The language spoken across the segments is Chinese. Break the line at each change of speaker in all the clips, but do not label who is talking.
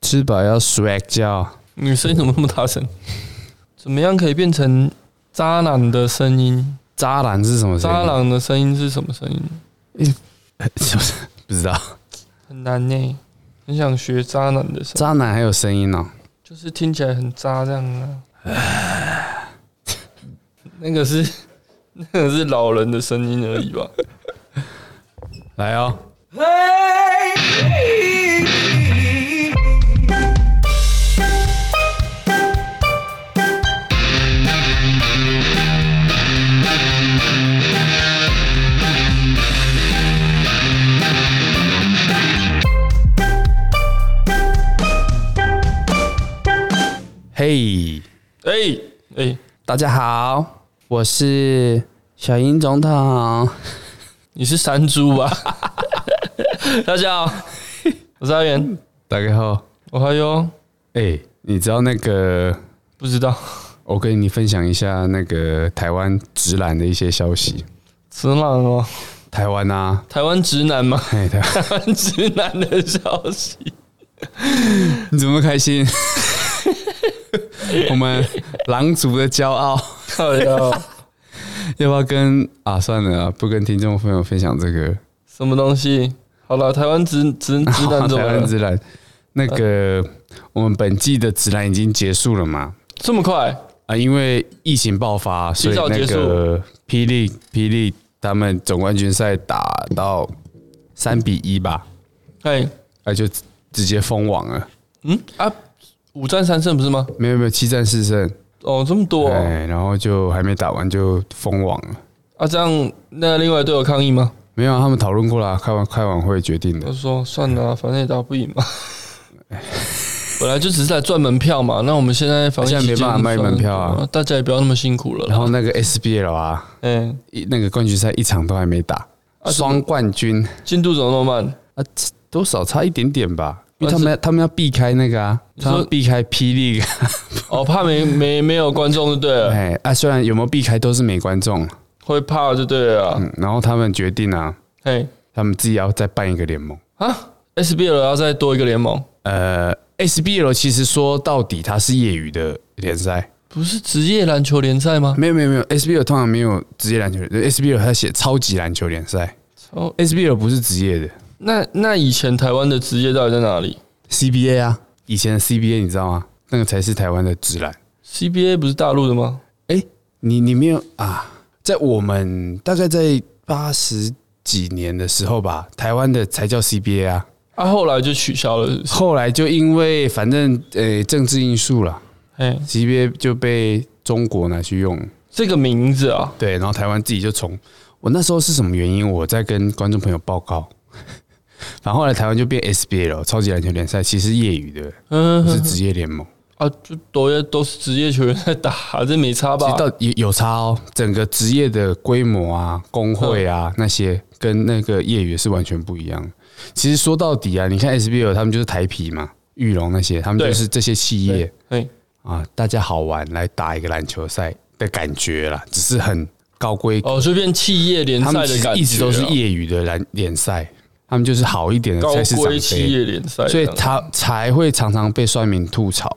吃饱要睡觉。
女声音怎么那么大声？ 怎么样可以变成渣男的声音？
渣男是什么声音？
渣男的声音是什么声音？
是不是 不知道？
很难呢、很想学渣男的声 音，
渣男还有声音哦、
就是听起来很渣这样啊。 那个是那个是老人的声音而已吧？
来哦、嘿，
哎、哎、
大家好，我是小英总统。
你是山猪吧？ 大家好，我是阿元，
大家好，
我还有
哎、你知道那个？
不知道
我跟你分享一下那个台湾直男的一些消息。
直男哦，
台湾啊，
台湾直男吗？
嘿，台湾，
台湾直男的消息。
你怎么开心？ 我们狼族的骄傲，
靠呀，
要不要跟啊？算了啊，不跟听众朋友分享这个。
什么东西？好了，台湾直直 直男怎么
台湾
了？
直男，那个我们本季的直男已经结束了嘛？
这么快？
啊，因为疫情爆发，所以
提早
那
结束
个霹雳霹雳他们总冠军赛打到三比一吧，
哎，
啊，就直接封网了。
嗯啊，五战三胜不是吗？
没有没有，七战四胜，
哦，这么多哦、
哎，然后就还没打完就封网了。
啊！这样那另外队友抗议吗？
没有啊，他们讨论过了，开完开完会决定
我
的。
说算了啊、反正也打不赢 嘛。本来就只是在赚门票嘛，那我们现在防疫
现在没
期间
办法卖门票啊，
大家也不要那么辛苦了啦。
然后那个 SBL 啊，
哎，
一那个冠军赛一场都还没打，
啊
双冠军
进度怎么那么慢？
啊，多少差一点点吧，因为
啊
他们要他们要避开那个啊，
说
他们要避开霹雳。
哦，怕没没没有观众就对了，
哎啊，虽然有没有避开都是没观众，
会怕就对了啊。
嗯，然后他们决定啊，
哎
他们自己要再办一个联盟。
啊，SBL 要再多一个联盟，
呃，SBL 其实说到底它是业余的联赛，
不是职业篮球联赛吗？
没有没有没有，SBL 通常没有职业篮球，SBL 它写超级篮球联赛
哦，
，SBL 不是职业的
那那以前台湾的职业到底在哪里
，CBA 啊，以前的 CBA 你知道吗？那个才是台湾的职篮。
？CBA 不是大陆的吗？
哎，你你没有啊？在我们大概在八十几年的时候吧，台湾的才叫 CBA 啊。
啊，后来就取消了是不是。
后来就因为反正呃政治因素啦
哎，
，CBA 就被中国拿去用，
这个名字啊，
对，然后台湾自己就从我那时候是什么原因，我在跟观众朋友报告。 反正后来台湾就变 SBL 超级篮球联赛，其实业余的，
嗯
不是职业联盟。
啊，就都都是职业球员在打，这没差
其
吧
实？到有有差哦，整个职业的规模啊、工会
嗯
啊那些，跟那个业余是完全不一样的。其实说到底啊，你看 SBL 他们就是台皮嘛、玉龙那些，他们
对
就是这些企业。
哎，
啊，大家好玩来打一个篮球赛的感觉啦，只是很高规格。
哦，就变企业联
他
赛
们其
的
实
感觉啊，
一直都是业余的篮联赛，他们就是好一点的
高
才是长
规企
飞，
业联赛这
所以
样，
他才会常常被酸民吐槽。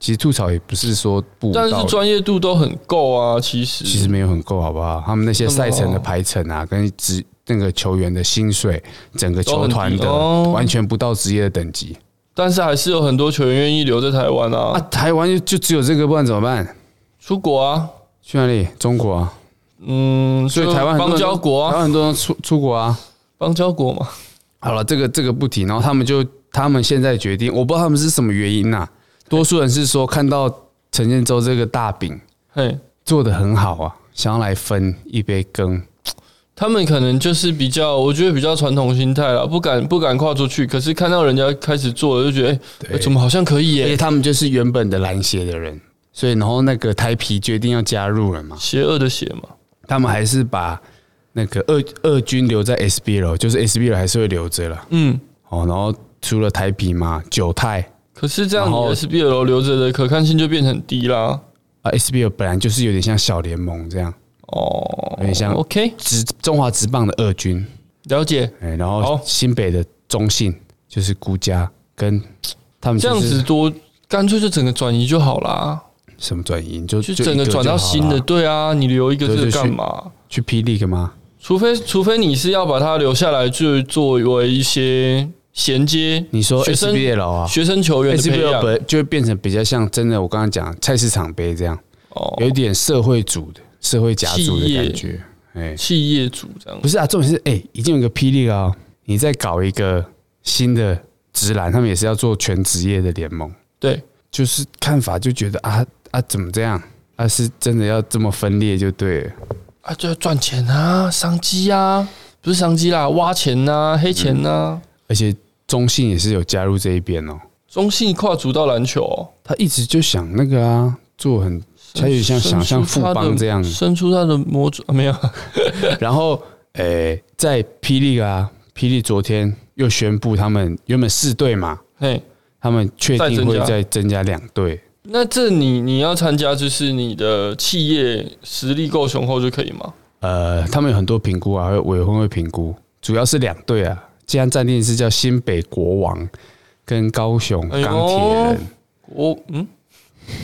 其实吐槽也不是说不无道
但
理，
是专业度都很够啊，其实
其实没有很够，好不好？他们那
哦
些赛程的
那么
排程啊，跟职那个球员的薪水，整个球团的
都很低哦
完全不到职业的等级
但是还是有很多球员愿意留在台湾
啊！
啊，
台湾就就只有这个，不然怎么办？
出国啊，
去哪里？中国啊！
嗯，
所以
就
台湾很多
邦
人
交国
台
啊，
湾很多人出出国啊。
邦交国嘛，
好了，这个这个不提，然后他们就他们现在决定，我不知道他们是什么原因呐、多数人是说看到陈建州这个大饼
嘿，
做的很好啊，想要来分一杯羹。
他们可能就是比较，我觉得比较传统心态啦，不敢不敢跨出去。可是看到人家开始做了，就觉得哎、
对
怎么好像可以
而
耶、
且他们就是原本的蓝鞋的人，所以然后那个台皮决定要加入了嘛，
邪恶的邪嘛，
他们还是把那个二二军留在 SBL，就是 SBL 还是会留着了。
嗯。
哦，然后除了台皮嘛，九泰
可是这样，
然后
你 SBL 留着的可看性就变很低啦。
啊，SBL 本来就是有点像小联盟这样，
哦，
有点像
OK，
职中华职棒的二军。
了解。
哎，然后
好
新北的中信就是孤家跟他们
这
就
样
是
子多，干脆就整个转移就好啦，
什么转移，你就
就整个
一
转
就
到
好
新的。
啦
对啊，你留一个这
对
个
就去
干嘛？
去 P League 吗？
除非除非你是要把它留下来，就作为一些衔接
你说
学生
SBL 啊
学生球员的培
，SBL
养
本就会变成比较像真的，我刚刚讲菜市场杯这样，
哦
有一点社会主的社会甲组
企
的
业
感觉。哎，
企业主这样
不。是啊，重点是哎、已经有个 P League 啊，你再搞一个新的职篮，他们也是要做全职业的联盟。
对，
就是看法就觉得啊啊怎么这样啊是真的要这么分裂就对了，
啊，就要赚钱啊，商机啊，不是商机啦，挖钱呐、黑钱啊呐、
而且中信也是有加入这一边哦，
中信跨足到篮球、哦，
他一直就想那个啊做很，他有点像想像
伸出
富
他的
邦这样，
伸出他的魔爪、啊没有？
然后诶、在霹雳啊霹雳昨天又宣布他们原本四队嘛，
嘿，
他们确
再
定
增
会
加
再增加两队，
那这你你要参加，就是你的企业实力够雄厚就可以吗？
呃，他们有很多评估啊，还有委员会评估，主要是两队啊，既然暂定是叫新北国王跟高雄
哎
钢
呦
铁人。
我嗯，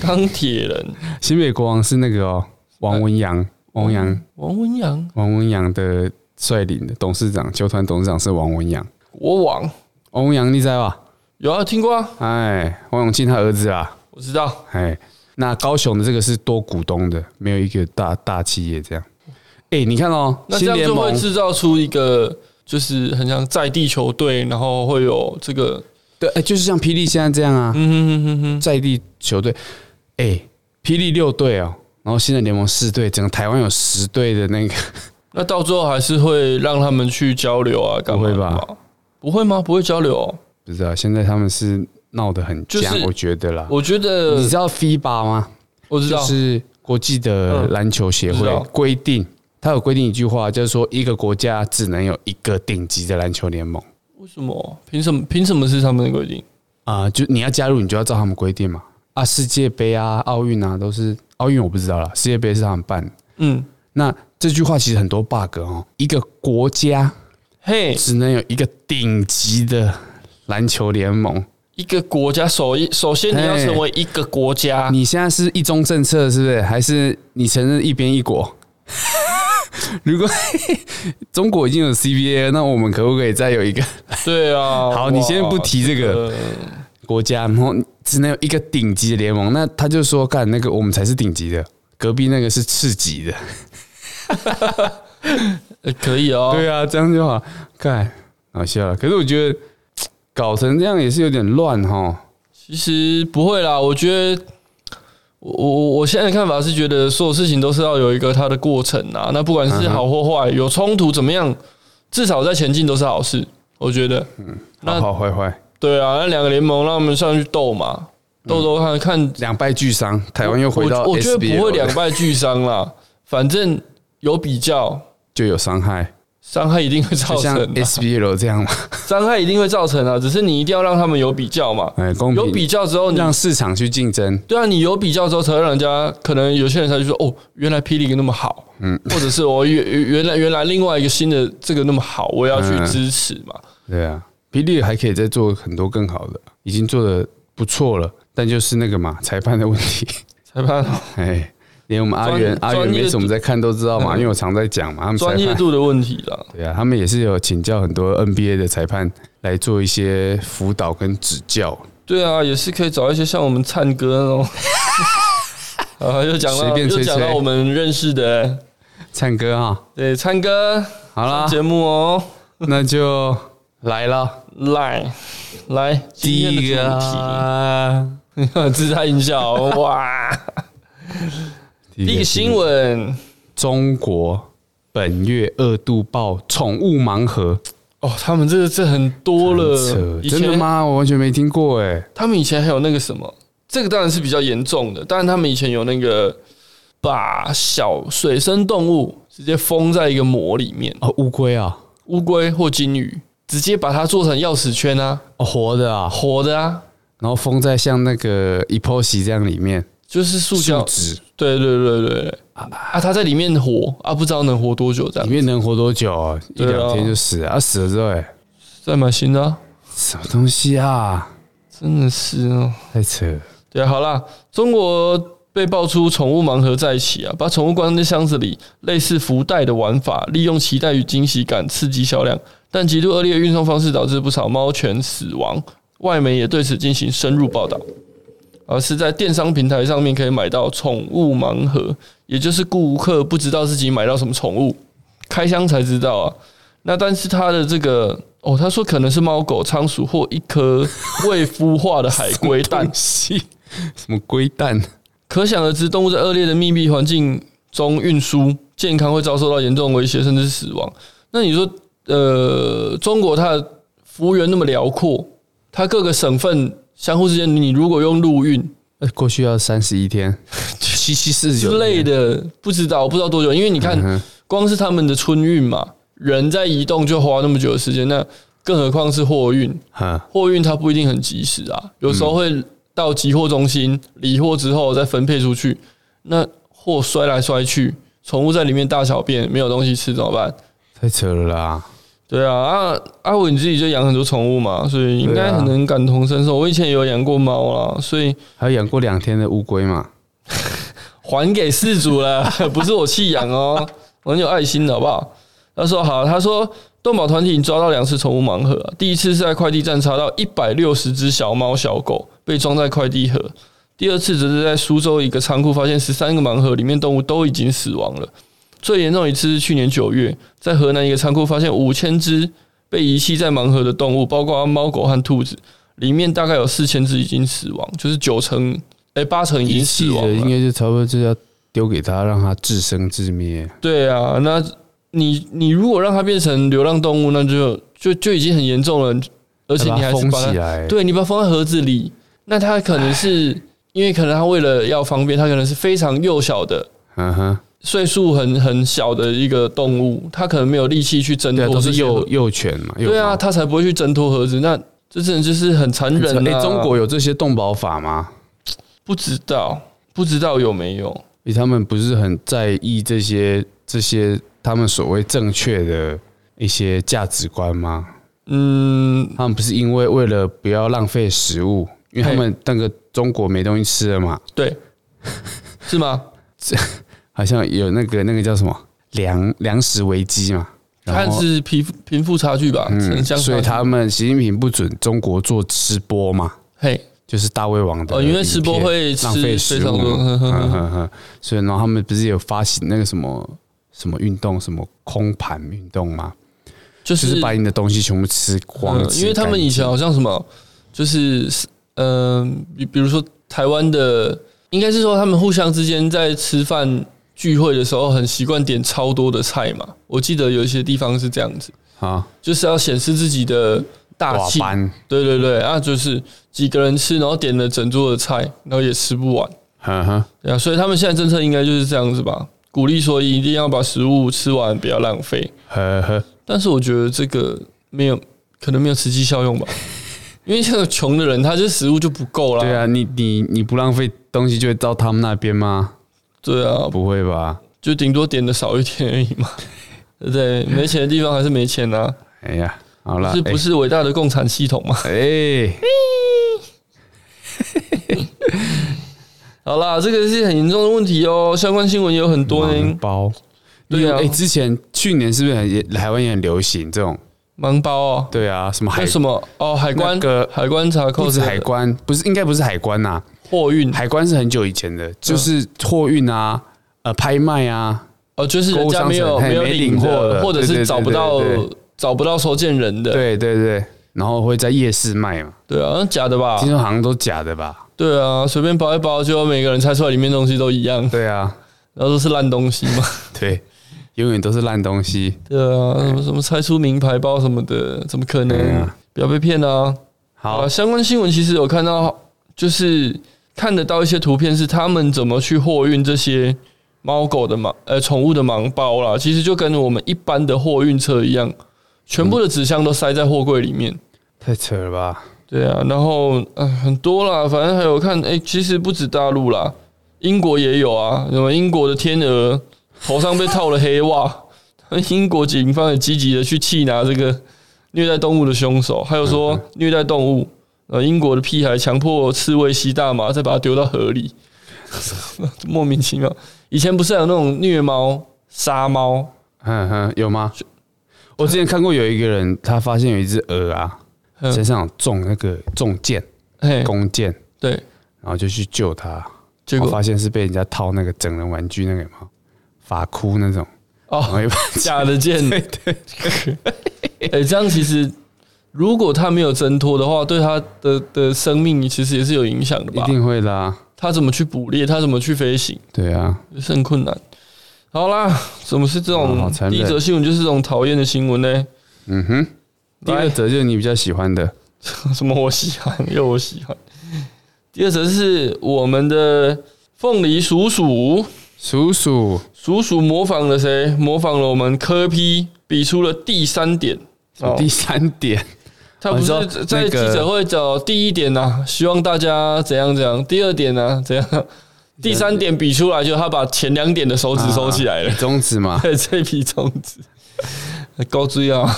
钢铁人
新北国王是那个、哦、王文洋，王文洋，
王文洋
王文洋的率领的董事长，球团董事长是王文洋。
国王
王文洋你知道吧？
有啊，听过啊，
哎，王永庆他儿子啊，
我知道。
哎，那高雄的这个是多股东的，没有一个大大企业这样。哎，你看哦，
那这
新
样
联
就会
盟
制造出一个就是很像在地球队，然后会有这个
对，哎，就是像霹雳现在这样啊，
嗯哼哼哼哼，
在地球队，哎，霹雳六队哦，然后新的联盟四队，整个台湾有十队的那个，
那到最后还是会让他们去交流啊，干嘛
不会吧
干嘛？不会吗？不会交流哦、
不知道现在他们是闹得很
就是
僵，我觉得啦。
我觉得
你知道 FIBA 吗？
我知
就
道，
是国际的篮球协
嗯知道
会规定，它有规定一句话，就是说一个国家只能有一个顶级的篮球联盟
为什么？凭什么？凭什么是他们的规定？
啊、就你要加入，你就要照他们规定嘛。啊，世界杯啊，奥运啊，都是奥运我不知道啦，世界杯是他们办的。
嗯，
那这句话其实很多 bug 哦，一个国家
嘿，
只能有一个顶级的篮球联盟。
一个国家首一，首先你要
嘿
成为一个国家，
啊你现在是一中政策是不是？还是你承认一边一国？ 如果 中国已经有 CBA，了那我们可不可以再有一个
对啊。
好你先不提这个
哇，
国家，然后只能有一个顶级的联盟？那他就说，干那个我们才是顶级的，隔壁那个是次级的。
呃可以哦。
对啊，这样就好。干好笑了。可是我觉得搞成这样也是有点乱哈。
其实不会啦，我觉得我我我我现在的看法是觉得所有事情都是要有一个它的过程啊。那不管
嗯
是好或坏，有冲突怎么样，至少在前进都是好事。我觉得，那
好好坏坏，
对啊，那两个联盟让我们上去斗嘛，斗斗看看。
两败俱伤，嗯台湾又回到
我我觉得
SBL
不会两
了
败俱伤啦，反正有比较，
就有伤害，
伤害一定会造
就
成
像
啊，
SBL 这 样嘛。
伤害一定会造成啊。只是你一定要让他们有比较嘛，
哎，公
有
平
比较之后，你
让市场去竞争，
对啊，你有比较之后，才会让人家可能有些人才就说哦，原来霹雳那么好，嗯，或者是我原原原来原来另外一个新的这个那么好，我也要去
嗯
支持嘛。
对啊，霹雳还可以再做很多更好的，已经做的不错了，但就是那个嘛，裁判的问题，
裁判
哎，连我们阿元
专
阿元
专业
每次我们在看都知道 嘛，因为我常在讲嘛，他们裁
专业
判
度的问题啦，
对啊，他们也是有请教很多 NBA 的裁判来做一些辅导跟指教，
对啊，也是可以找一些像我们灿哥那 种。啊，又讲
随
到
便吹
又讲到
吹
我们认识的，
灿哥啊，
对，灿哥
好啦
上，节目哦，
那就来了，
来来，今
第一
天的
个
主题
啊，
自带音效， 哇！
第
第一个新
闻，
闻
中国本月二度报宠物盲盒。
哦，他们这个这很多了
很，扯
以
真的
前
吗？我完全没听过哎。
他们以前还有那个什么，这个当然是比较严重的，但是他们以前有那个把小水生动物直接封在一个膜里面，
哦，乌龟啊，
乌龟或金鱼，直接把它做成钥匙圈啊，
哦，活的啊，
活的啊，
然后封在像那个 epoxy 这样里面，
就是塑胶，
纸
对对对对对啊，它在里面活啊，不知道能活多久这
里
样，
面能活多久啊？一
对啊
两天就死了，啊，死了之后哎，
再买新的啊、
什么东西啊？
真的是哦。
太扯了。
对啊，好啦，中国被爆出宠物盲盒在一起啊，把宠物关在箱子里，类似福袋的玩法，利用期待与惊喜感刺激销量，但极度恶劣的运送方式导致不少猫犬死亡。外媒也对此进行深入报道，而是在电商平台上面可以买到宠物盲盒，也就是顾客不知道自己买到什么宠物，开箱才知道啊。那但是它的这个哦，他说可能是猫狗、仓鼠或一颗未孵化的海龟蛋
东，西什么龟蛋？
可想而知，动物在恶劣的密闭环境中运输，健康会遭受到严重威胁，甚至死亡。那你说，呃，中国它的幅员那么辽阔，它各个省份相互之间，你如果用陆运
呃过去要三十一 天，七七四十九
之类的，不知道不知道多久，因为你看，
看
光是他们的春运嘛，人在移动就花那么久的时间，那更何况是货运？
啊，
货运它不一定很及时啊，有时候
嗯
会到集货中心理货之后再分配出去，那货摔来摔去，宠物在里面大小便，没有东西吃怎么办？
太扯了啦！
对啊，啊阿伟你自己就养很多宠物嘛，所以应该
对啊
很能感同身受。我以前也有养过猫啦，所以
还有养过两天的乌龟嘛？
还给事主了， 不是我弃养哦，我很有爱心的好不好？他说好，他说动保团体抓到两次宠物盲盒、啊，第一次是在快递站查到一百六十只小猫小狗被装在快递盒，第二次则是在苏州一个仓库发现十三个盲盒里面动物都已经死亡了。最严重一次是去年九月，在河南一个仓库发现五千只被遗弃在盲盒的动物，包括猫狗和兔子，里面大概有四千只已经死亡，就是九成哎八成已经死
遗
亡
的
了
应。该就差不多就要丢给他，让他自生自灭。
对啊，那你你如果让它变成流浪动物，那就就就已经很严重了，而且你还
把它
是
封
把
起
它，
来，
对你把它封在盒子里，那它可能是因为可能它为了要方便，它可能是非常幼小的。
嗯哼，
岁数很很小的一个动物，它可能没有力气去挣
对啊，
脱
都
这
是
些盒，
幼幼犬嘛，幼
对啊，
猫，
它才不会去挣脱盒子。那这真的就是很残忍
哎、
啊！
中国有这些动保法吗？
不知道，不知道有没有？
诶他们不是很在意这些这些他们所谓正确的一些价值观吗？
嗯，
他们不是因为为了不要浪费食物，因为他
嘿
们那个中国没东西吃了嘛，
对，是吗？
好像有那个那个叫什么粮粮食危机嘛，然
它
后
是贫富贫富差距吧，城
嗯，
乡差距
所以他们习近平不准中国做吃播嘛，
嘿，
就是大胃王的
哦，因为
影
吃播
片
会吃
浪费食
非常
物
多，
嘛，
呵呵
嗯
呵
哼哼，所以然后他们不是有发起那个什么什么运动，什么空盘运动嘛，
就
就是是把你的东西全部吃光
嗯，因为他们以前好像什么，就是嗯，比、比如说台湾的，应该是说他们互相之间在吃饭聚会的时候，很习惯点超多的菜嘛。我记得有一些地方是这样子，
啊，
就是要显示自己的大
寡
气，
班，
对对对，啊，就是几个人吃，然后点了整桌的菜，然后也吃不完。
嗯哼，
对啊，所以他们现在政策应该就是这样子吧，鼓励说一定要把食物吃完，不要浪费。
呵呵，
但是我觉得这个没有，可能没有实际效用 吧，因为像穷的人，他就食物就不够啦。
对，啊，你你你不浪费东西就会到他们那边吗？
对啊，
不会吧？
就顶多点的少一点而已 嘛，对不对？没钱的地方还是没钱呐、
哎呀，好
啊，
了，
是不是伟大的共产系统嘛？
哎？哎，
好啦，这个是很严重的问题哦，相关新闻也有很多
盲
呢。
哎包，
对啊
哎，之前去年是不是很也台湾也很流行这种？
盲包哦，
对啊，什么海
为什么？哦，海关
那个
海关查扣
不是
这个
海关，不是应该不是海关呐、
货运
海关是很久以前的，就是货运啊，呃，拍卖啊，
哦，就是人家没
购
有
物商城嘿
没有
哎没
领
领货
的，
的
或者
对
是
对
找
对
不到
对对
找不到收件人的，
对对对，然后会在夜市卖嘛，
对啊，假的吧
听？说好像都假的吧？
对啊，随便包一包，结果每个人猜出来里面东西都一样，
对啊，
然后都是烂东西 嘛。
对，永远都是烂东西。
对啊，什么什么猜出名牌包什么的，怎么可
对
能
啊？
不要被骗啊！
好
啊，，相关新闻其实有看到，就是看得到一些图片，是他们怎么去货运这些猫狗的盲呃宠物的盲包啦。其实就跟我们一般的货运车一样，全部的纸箱都塞在货柜里面。
太扯了吧？
对啊，然后呃很多啦，反正还有看，哎、其实不止大陆啦，英国也有啊，什么英国的天鹅头上被套了黑袜， 英国警方也积极的去缉拿这个虐待动物的凶手，还有说虐待动物，呃，英国的屁孩强迫刺猬吸大麻，再把它丢到河里， 莫名其妙。以前不是还有那种虐猫、杀猫，
嗯哼，有吗？我之前看过有一个人，他发现有一只鹅啊，
嗯
身上有中那个中箭，
嘿，
弓箭，
对，
然后就去救它，
结
我
果
发现是被人家套那个整人玩具那个有没有法箍那种，然
哦，
后一把
假的剑，对对， 哎，这样其实如果他没有挣脱的话，对他的的生命其实也是有影响 的
一
吧？
定会的啊，
他怎么去捕猎，他怎么去飞行，
对啊，
也是很困难。好啦，怎么是这
哦好
种
残忍
第一则新闻就是这种讨厌的新闻呢？
嗯哼。第二
来
则就是你比较喜欢的，
什么我喜欢，又我喜欢。第二则是我们的凤梨鼠鼠，
叔叔
鼠鼠模仿了谁？模仿了我们柯批，比出了第三点。哦
第三 点，
他不
哦
是
你说
在
那
记
个
者会找第一点呐、啊希望大家怎样怎样；第二点呢、怎样；第三点比出来，就他把前两点的手指收起来了
比。中指嘛，
对， 这批种子，高 追啊！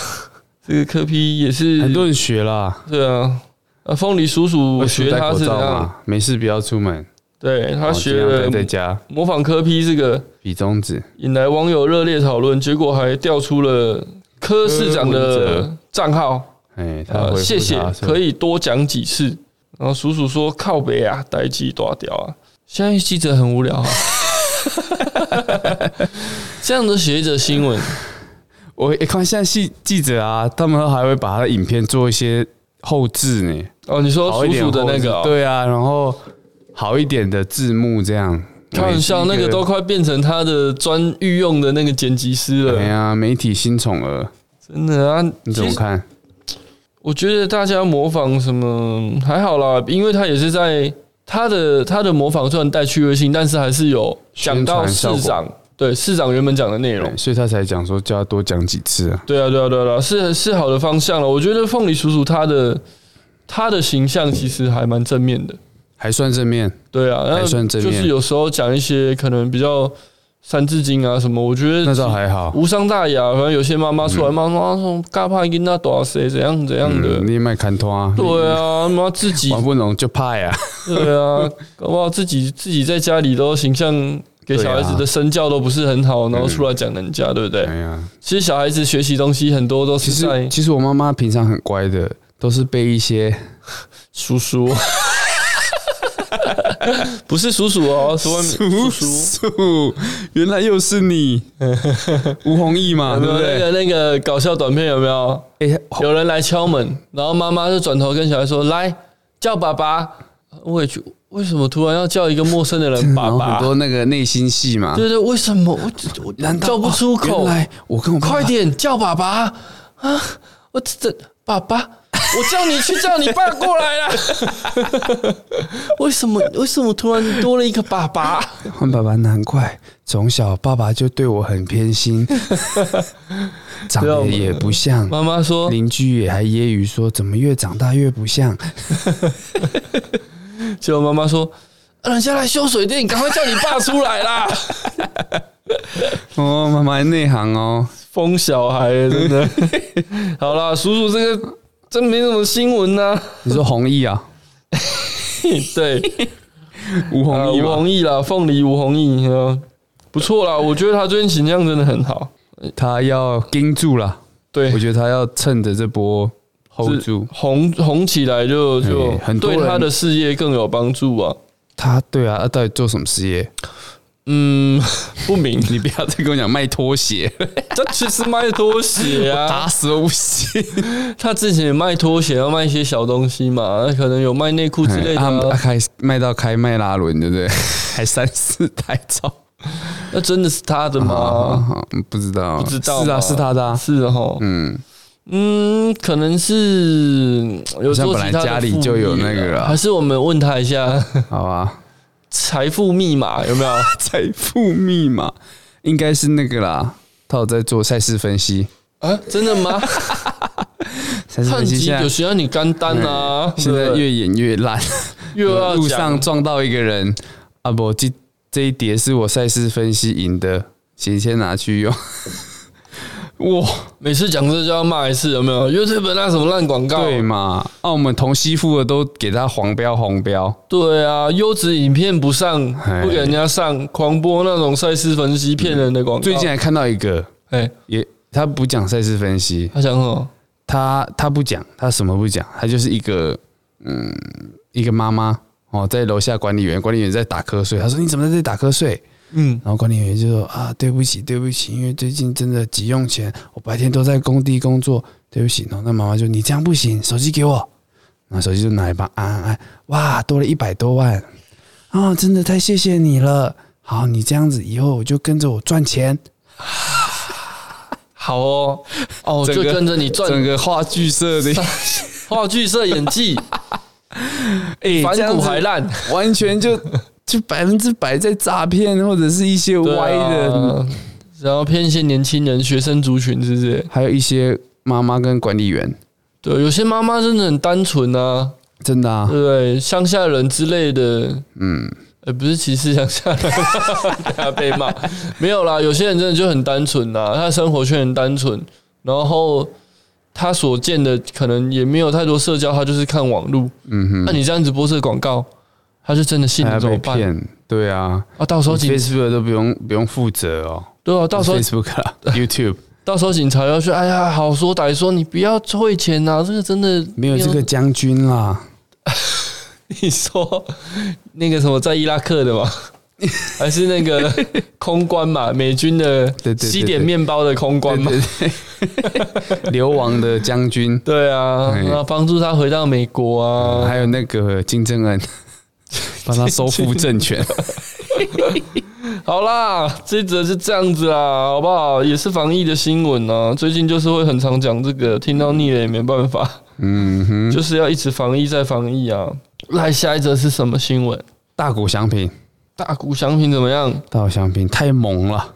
这个柯批也是
很多人学啦，
对啊，呃，凤梨鼠鼠
我
学
戴
他
口
是怎
罩
样？
嘛，没事不要出门，
对他
哦
学
尽量
了
待在家
模仿柯批这个，
比中指，
引来网友热烈讨论，结果还调出了柯市长
柯文
的
哲
账号。
哎，他
呃，
回
谢谢，可
以，
以多讲几次。然后叔叔说：“靠北啊，呆鸡大屌啊！”现在记者很无 聊啊，这样的写一则新闻，
我一看现在记记者啊，他们还会把他的影片做一些后置呢，
哦，你说
好一
叔
点
叔的那个、
后
哦
置，对啊，然后好一点的字幕这样，
开玩笑，那个都快变成他的专御用的那个剪辑师
对
了，
啊，媒体新宠儿，
真的啊！
你怎
其
么
实
看？
我觉得大家模仿什么还好啦，因为他也是在他的他的模仿虽然带趣味性，但是还是有讲到
宣传
市
效
长对市长原本讲的内容
对，。所以他才讲说叫他多讲几次啊，
对啊，对啊，对啊对啊，是是好的方向了。我觉得凤梨叔叔他的他的形象其实还蛮正面的，
还算正面，
对啊，然后
还算正面
就是有时候讲一些可能比较三字经啊什么，我觉
那
得
倒还好。
无伤大雅。反正有些妈妈出来骂妈说嘎怕囡那多谁怎样怎样的，
嗯，你卖看拖啊，
对啊，妈自己
玩不拢就怕呀。
对啊，搞不好自己自己在家里都形象给小孩子
啊
的身教都不是很好，然后出来讲人家，对不对？
哎呀，
其实小孩子学习东西很多都
其
是
实
在
其实我妈妈平常很乖的，都是被一些
叔叔， 不是叔叔哦，是外面叔叔，
叔，原来又是 你，吴弘毅嘛，
有没
对
有
不对？
那个那个搞笑短片有没有？
哦哎，
有人来敲门，然后妈妈就转头跟小孩说：“来叫爸爸。”我也去，为什么突然要叫一个陌生的人爸
然后很
爸？
多那个内心戏嘛，
对对，为什么我我
难道
叫不出口？
来，我跟我爸爸
快，点叫爸爸啊！我这这爸爸，我叫你去叫你爸过来 啦！为什么为什么突然多了一个爸爸？
换爸爸难怪，从小爸爸就对我很偏 心，长得也不像。
妈妈说
邻居也还揶揄说，怎么越长大越不像？
结果妈妈说：“啊人家来修水电，赶快叫你爸出来啦
哦，妈妈内行哦，！”
疯小孩了，真的。好啦，叔叔这个真没什么新闻 呐、
你说弘毅啊，
对，
吴
啊
弘毅
吴
嘛，
弘毅啦，凤梨吴弘毅，呃不错啦，我觉得他最近形象真的很好。
他要盯住了，
对
我，觉得他要趁着这波 hold
是
住。
红红起来就就
哎很多
对
人
他的事业更有帮助啊。
他对啊，他到底做什么事业？
嗯，不明，
你不要再跟我讲卖拖鞋，
他其实卖拖鞋啊，
打死我不信。
他之前也卖拖鞋，要卖一些小东西嘛，可能有卖内裤之类的、
哎他们
啊。
开卖到开迈拉伦，对不对？还三四台照
那真的是他的
啊
吗？，
嗯不知道，
不知道
是啊，
嘛
是他的啊。
是哦，
嗯，
嗯，可能是有做
好像本来
其他的
家里
副业
就有那个
啊
啊
还是我们问他一下
好啊吧。
财富密码有没有？
财富密码应该是那个啦，他有在做赛事分析，
啊，真的 吗？
赛事
趁
分析
机
现
有
在
需要你干单啊，
嗯现在越演越烂，
越要
路
讲
上撞到一个人，啊不，这 这一叠是我赛事分析赢的，请先拿去用。哇，
每次讲这就要骂一次，有没有？YouTube 那什么烂广告？啊
对嘛？澳门同西附的都给他黄标红标，
对啊，优质影片不上，
哎
不给人家上，狂播那种赛事分析骗人的广告。
最近，还看到一个，
哎，
也他不讲赛事分析，
他讲什么？
他他不讲，他什么不讲，他就是一个嗯一个妈妈哦，在楼下管理员，管理员在打瞌睡，他说你怎么在这里打瞌睡？
嗯，
然后管理员就说啊对不起对不起，因为最近真的急用钱，我白天都在工地工作，对不起。然后那妈妈就你这样不行，手机给我，然后手机就拿来帮按按按，哇多了一百多万啊、真的太谢谢你了。好，你这样子以后我就跟着我赚钱，
好哦，哦，
整
就
个
跟着你
整
赚
个话剧社 的，
话剧社演技，
哎
反骨还烂，
完全 就就百分之百在诈骗或者是一些
对
歪的，
啊，然后骗一些年轻人、学生族群，是不是？
还有一些妈妈跟管理员，
对，有些妈妈真的很单纯啊，
真的啊
对，不对？乡下人之类的，嗯，呃，不是歧视乡下人，等下被骂。没有啦，有些人真的就很单纯啦，他生活圈很单纯，然后他所见的可能也没有太多社交，他就是看网络。
嗯哼，
那你这样子播这个广告，他就真的信
还
了
要
怎么
被
办？
骗，对啊
啊，到时候警
，Facebook 都不用不用负责哦，
对啊，到时候
Facebook 啊 YouTube
到时候警察要去，哎呀，好说歹说，你不要汇钱呐、这个真的
没有这个。将军啦，
你说那个什么在伊拉克 的吗？还是那个空关嘛，美军的
对对对
西点面包的空关嘛？
对 对流亡的将军，
对啊，
哎
然后帮助他回到美国啊。
还有那个金正恩。哦帮他收复政权，
好啦，这一则是这样子啦，好不好？也是防疫的新闻啊，最近就是会很常讲这个，听到腻了也没办法，
嗯哼，
就是要一直防疫再防疫啊。来，下一则是什么新闻？
大谷翔平，
大谷翔平怎么样？
大谷翔平太猛了，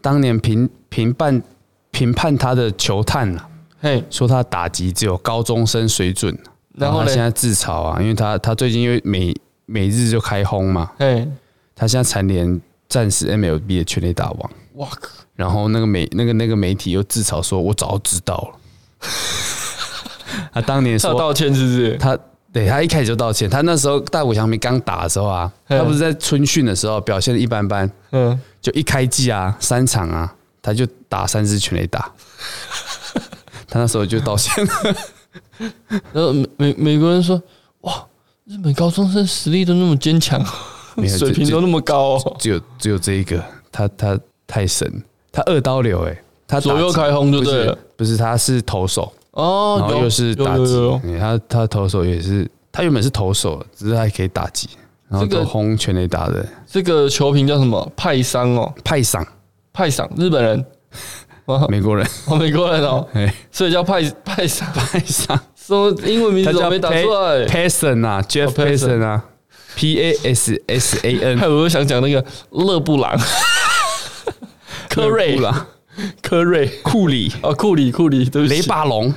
当年评评判评判他的球探啊，
嘿，
说他打击只有高中生水准，
然后
他现
嘞，
在自嘲啊，因为他他最近因为每每日就开轰嘛，
嘿，
他现在蝉联暂时 MLB 的全垒打王，
哇靠，
然后那个媒那个那个媒体又自嘲说，我早就知道了， 他当年
他有
说
道歉是不是？
他。对他一开始就道歉，他那时候大谷翔平刚打的时候啊，
嗯
他不是在春训的时候表现的一般般，
嗯。
就一开季啊，三场啊，他就打三支全垒 打，他那时候就道歉了，
然后美美美国人说：“哇，日本高中生实力都那么坚强，
没有
水
这
平
这
都那么高、哦，
只有只有这一个，他他太神，他二刀流哎、他打击
啊左右开轰就
不
对
是
了。
不是他是投手，”然
哦，
后
有
又是
有
打
有
击
有有，
嗯他他投手也是，他原本是投手，只是他还可以打击，然后
这个
都轰全垒打的
这个球评叫什么？派桑哦，
派赏
派桑，日本人，哦，
美国人，
哦美国人哦，
哎，
所以叫派派桑，
派赏
什么英文名字
他
都
叫
没打出来。
Passon 啊，Jeff
哦，Passan
Passon 啊，P A S S A
害
N
哎我又想讲那个勒布朗， 科
勒
瑞
布，朗
科瑞，
库里。
哦，库里，库里，对不
雷
起，
霸 龙。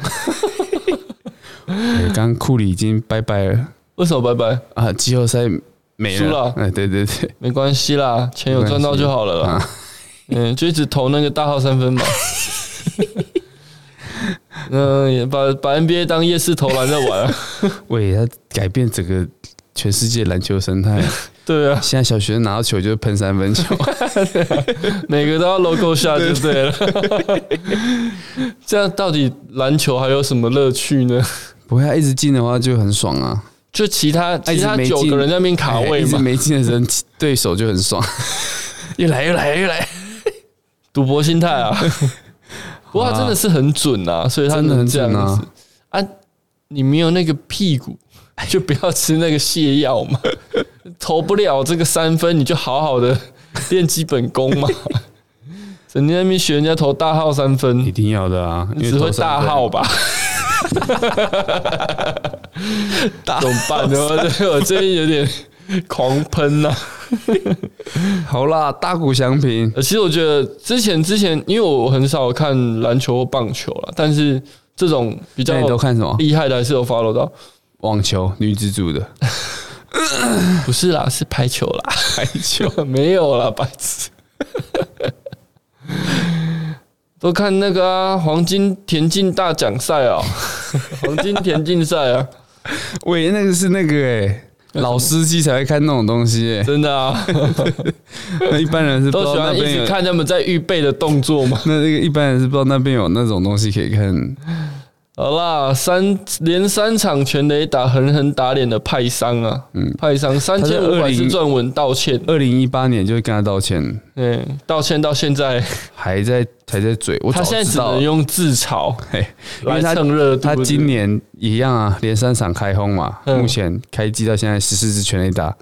哎刚库里已经拜拜了
为什么拜拜？
啊，季后赛没
输了
了。哎，对对对，
没关系啦，钱有赚到就好了
啊
啦。 嗯，就一直投那个大号三分嘛。 嗯，也把把 NBA 当夜市投篮在玩、啊。
喂，他改变整个全世界篮球生 态。
对啊，
现在小学生拿到球就是喷三分球，
每个都要 logo 下就对了。 这样到底篮球还有什么乐趣呢？
不会他一直进的话就很爽啊。
就其他
哎一
其
直
他
没
九
进
个人在那边卡
哎
位
一直
嘛，
没进的人，对手就很爽。越来越来越来，
赌博心态 啊。不过他真的是很准啊，所以他
真的
能
很
这样
准
子
啊。
啊你没有那个屁股， 就不要吃那个泻药嘛。 投不了这个三分，你就好好的练基本功 嘛。整天在那边学人家投大号三
一
分，
定要的啊！因
你
为
只会
投三
大
分
号吧？ 怎么办呢？ 我我最近有点狂喷啊呐、
好啦，大谷翔平
呃，其实我觉得之前之前，因为我很少看篮球或棒球了，但是这种比较
那你都看什么？
厉害的还是有 follow 到。
网球女子组的
不是啦，是排哎球啦，
排球，
没有啦，白痴。都看那个啊，黄金田径大奖赛啊，黄金田径赛啊，
喂，那个是那个哎、老司机才会看那种东西、 欸，
真 的啊，
那一般人是不知道
都喜
那
欢一
边有
直，看他们在预备的动作嘛。
那那个一般人是不知道那边有那种东西可以看。
好啦，三连三场全垒打，狠狠打脸的派桑啊，派桑三
嗯在
千五百
20
字撰文道歉，
二零一八年就跟他道歉，
嗯，道歉到现在，
还在还在嘴，我
他
早
现在
知
只
道
能
了，
用自嘲
嘿，因
来
为他
蹭热度。
他今年一样啊，连三场开轰嘛，
嗯
目前开机到现在十四支全垒打，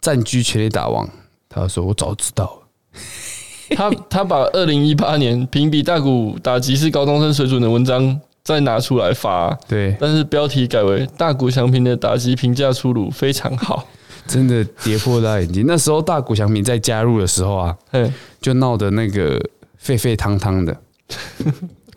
占据全垒打王。他说：“我早知道了，
他他把二零一八年评比大谷打击是高中生水准的文章再拿出来发，
对，
但是标题改为“大谷翔平的打击评价出炉非常好
真的跌破他眼睛。那时候大谷翔平在加入的时候啊，”。
嘿，
就闹得那个沸沸汤汤的。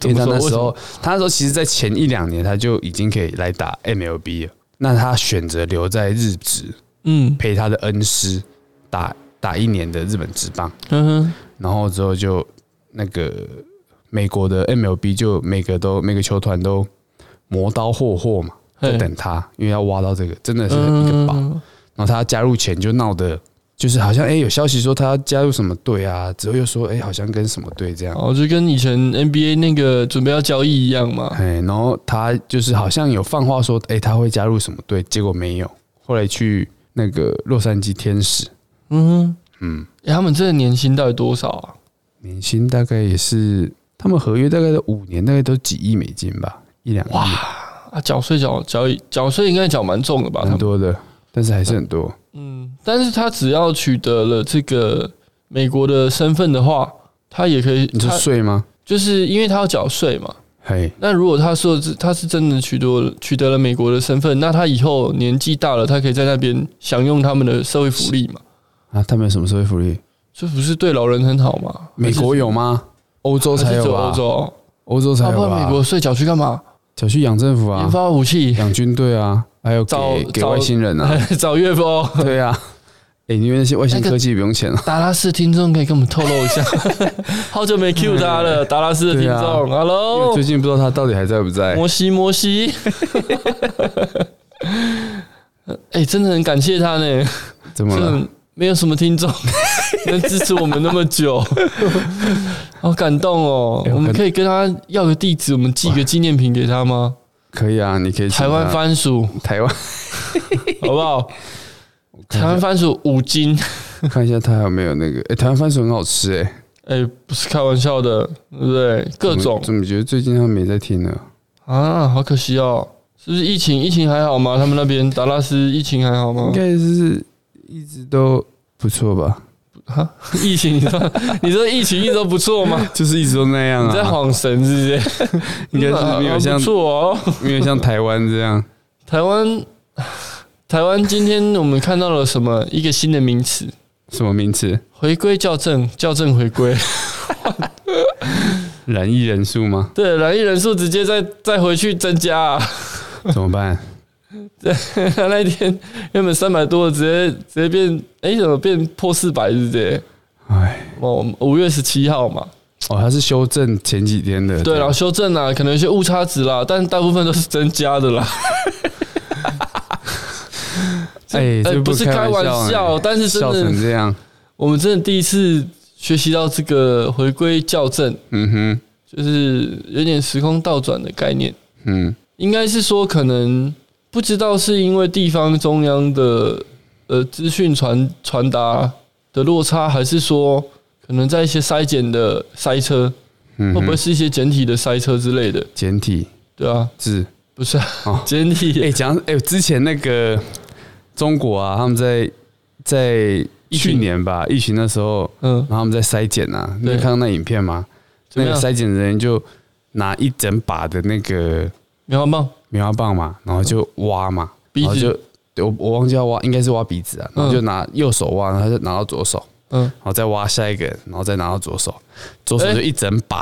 因
怎
为他那
么说
时
为
候，他那时候其实，在前一两年他就已经可以来打 MLB 了。那他选择留在日职，
嗯
陪他的恩师打打一年的日本职棒，
嗯哼，
然后之后就那个美国的 MLB 就每个都每个球团都磨刀霍霍嘛，
嘿
在等他，因为要挖到这个真的是一个宝。
嗯，
然后他加入前就闹得就是好像哎、诶有消息说他要加入什么队啊，之后又说哎、诶好像跟什么队这样，
哦，就跟以前 NBA 那个准备要交易一样嘛。
哎，然后他就是好像有放话说，哎、他会加入什么队，结果没有，后来去那个洛杉矶天使，
嗯哼，
嗯，
诶他们这个年薪到底多少啊？
年薪大概也是他们合约大概都五年，大概都几亿美金吧，一两
哇
亿，
啊，缴税缴缴缴税应该缴蛮重的吧？他
很啊
们
多的，但是还是很多，
嗯，但是他只要取得了这个美国的身份的话，他也可以，
你说
他
税吗？
就是因为他要缴税嘛。
嘿，
那如果他说是他是真的取得了取得了美国的身份，那他以后年纪大了，他可以在那边享用他们的社会福利嘛？
啊，他们有什么社会福利？
这不是对老人很好吗？
美国有吗？欧洲
还是
才
还是只
有
有欧
吧？
洲，
欧洲
他
才
不
有啊
然美
吧
国？税缴去干嘛？
小去养政府啊
研，发武 器，
养军队啊，还有
找
给给
找
外星人 啊，
找岳父。
对啊，哎，因为那些外星
那个
科技不用钱啊。
达拉斯听众可以跟我们透露 一下，好久没 Q 他了，达拉斯的听
对啊
众
因为
，Hello，
最近不知道他到底还在不在。
摩西摩西， 哎，真的很感谢他呢，
怎么
真
了？
的没有什么 听众能支持我们那么久，好感动哦
哎！我
我们
看
可以跟他要个地址，我们寄个纪念品给他吗？
可以啊，你可以请
台湾
他
番薯
台 湾
好不好？
看一下
台湾番薯五斤，
看一下他有没有那个？哎、台湾番薯很好吃哎、
哎，不是开玩笑的，对不对？各种
怎么怎么觉得最近他们没在听呢？
啊，好可惜哦。是不是疫情？疫情还好吗？他们那边达拉斯疫情还好吗
应？该是一直都不错吧，
啊， 疫情，你 说你说疫情一直都不错吗？
就是一直都那样
你在
啊，
晃神是不是？
应该是没有
啊
像
不错哦。
没有像台湾这样。
台湾，台湾今天我们看到了什么一个新的名词？
什么名词？
回归校正，校正回归。
染疫人数 吗？
对，染疫人数直接再再回去增加、啊。
怎么办？
那一天原本三百多，直接直接变，哎、怎么变破四百？是不是？
哎，
哦，五月十七号嘛。
哦，他是修正前几天的，哎
对，然啊后修正啦，可能有些误差值啦，但大部分都是增加的啦。
哎，
呃
这
不是开玩
笑哎，
笑，但是真
笑成
的，
这样，
我们真的第一次学习到这个回归校正，
嗯哼，
就是有点时空倒转的概念。
嗯，
应该是说，可能不知道是因为地方中央的呃资讯传传达的落差，还是说可能在一些筛检的塞车，
嗯
会
哼
不会是一些简体的塞车之类的？
简体
对啊，
字？
不是、
哦
啊， 简
哎、
体
讲哎、之前那个中国啊，他们在在
疫
去
情
年吧，疫情那时候，
嗯
然后他们在筛检啊，你
对
有看到那影片吗？那
怎么
个
样？
筛检的人就拿一整把的那个
棉花棒
棉花棒嘛，然后就挖嘛，
鼻
然后
子，
就对我我忘记要挖，应该是挖鼻子啊，然后就拿右手挖，然后就拿到左手，
嗯，
然后再挖下一个，然后再拿到左手，左手就一整把，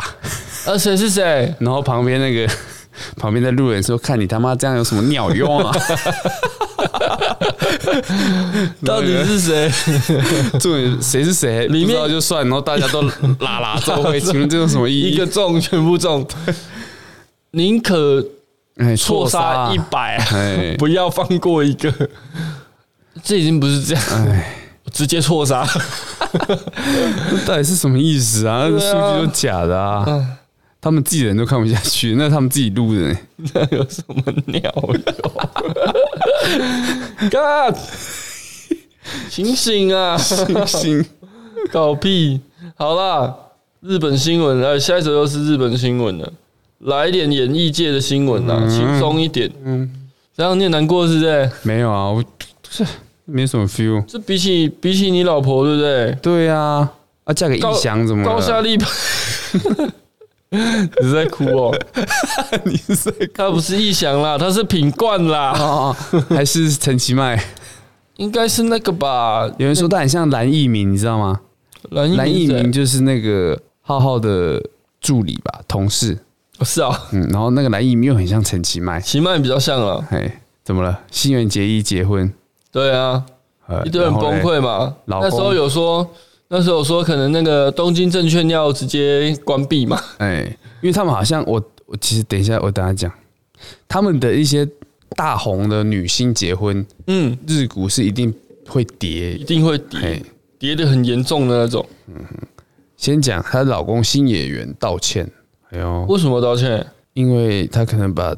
啊，谁是谁？
然后旁边那个 旁边的路人说：“看你他妈这样有什么鸟用啊？”
到底是谁？
重点谁是谁，
里面
不知道就算，然后大家都拉 拉周会，请问这有什么意义？
一个中全部中，宁可
哎
错杀一，百啊，
哎
不要放过一个。这已经不是这样，
哎，
直接错杀。
这到底是什么意思啊？那个
对
数
啊
据都假的啊
嗯！
他们自己人都看不下去，那他们自己录 的呢，
那有什么鸟 用 ？God，醒醒啊！
星星
搞屁！好啦，日本新闻，呃，下一首又是日本新闻了，来一点演艺界的新闻啦，轻松一点。嗯，这样你也难过是不是？
没有啊，我这没什么 feel。
这比起比起你老婆，对不对？
对啊，啊，嫁给异乡怎么了
高下立判，你是在哭哦？
你是在
他不是异翔啦，他是品冠啦，
哦，还是陈其迈？
应该是那个吧？
有人说他很像蓝奕明，你知道吗？
蓝
蓝
一
奕明就是那个浩浩的助理吧，同事。
是啊，
嗯，然后那个蓝奕明又很像陈其迈。
奇曼比较像了，
哎，怎么了？新垣结衣结婚，
对啊，
呃
一堆人崩。溃嘛。
老
那时候
公
有说，那时候有说可能那个东京证券要直接关闭嘛。
然后嘞哎，因为他们好像我我其实等一下我等他讲，他们的一些大红的女星结婚，
嗯，
日股是一定会跌
一。定会
哎
跌，，跌得很严重的那种。
先讲她老公新演员道歉，哎呦，
为什么道歉？
因为他可能把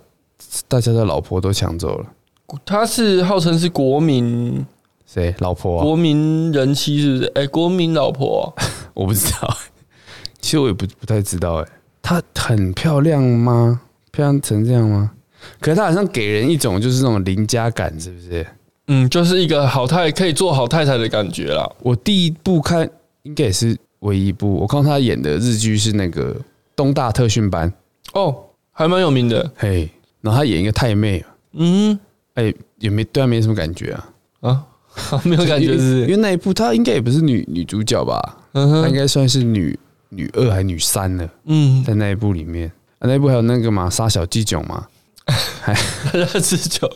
大家的老婆都抢走了。
他是号称是国民
谁？老婆、啊？
国民人妻是不是？哎、国民老婆啊、
我不知道， 其实我也不不太知道。哎，她很漂亮吗？漂亮成这样吗？可是她好像给人一种就是那种邻家感，是不是？
嗯，就是一个好太可以做好太太的感觉啦。
我第一部看应该也是唯一一部，我看她演的日剧是那个《东大特训班》，
哦，还蛮有名的。
嘿，然后她演一个太妹，
嗯
哎，也没对她没什么感觉啊，
啊， 没有感觉是不
因为
是。
那一部她应该也不是女女主角吧？
嗯
她应
哼，
该算是女女二还女三了，
嗯，
在那一部里面，啊、那一部还有那个嘛杀小鸡囧嘛，
大家持 久。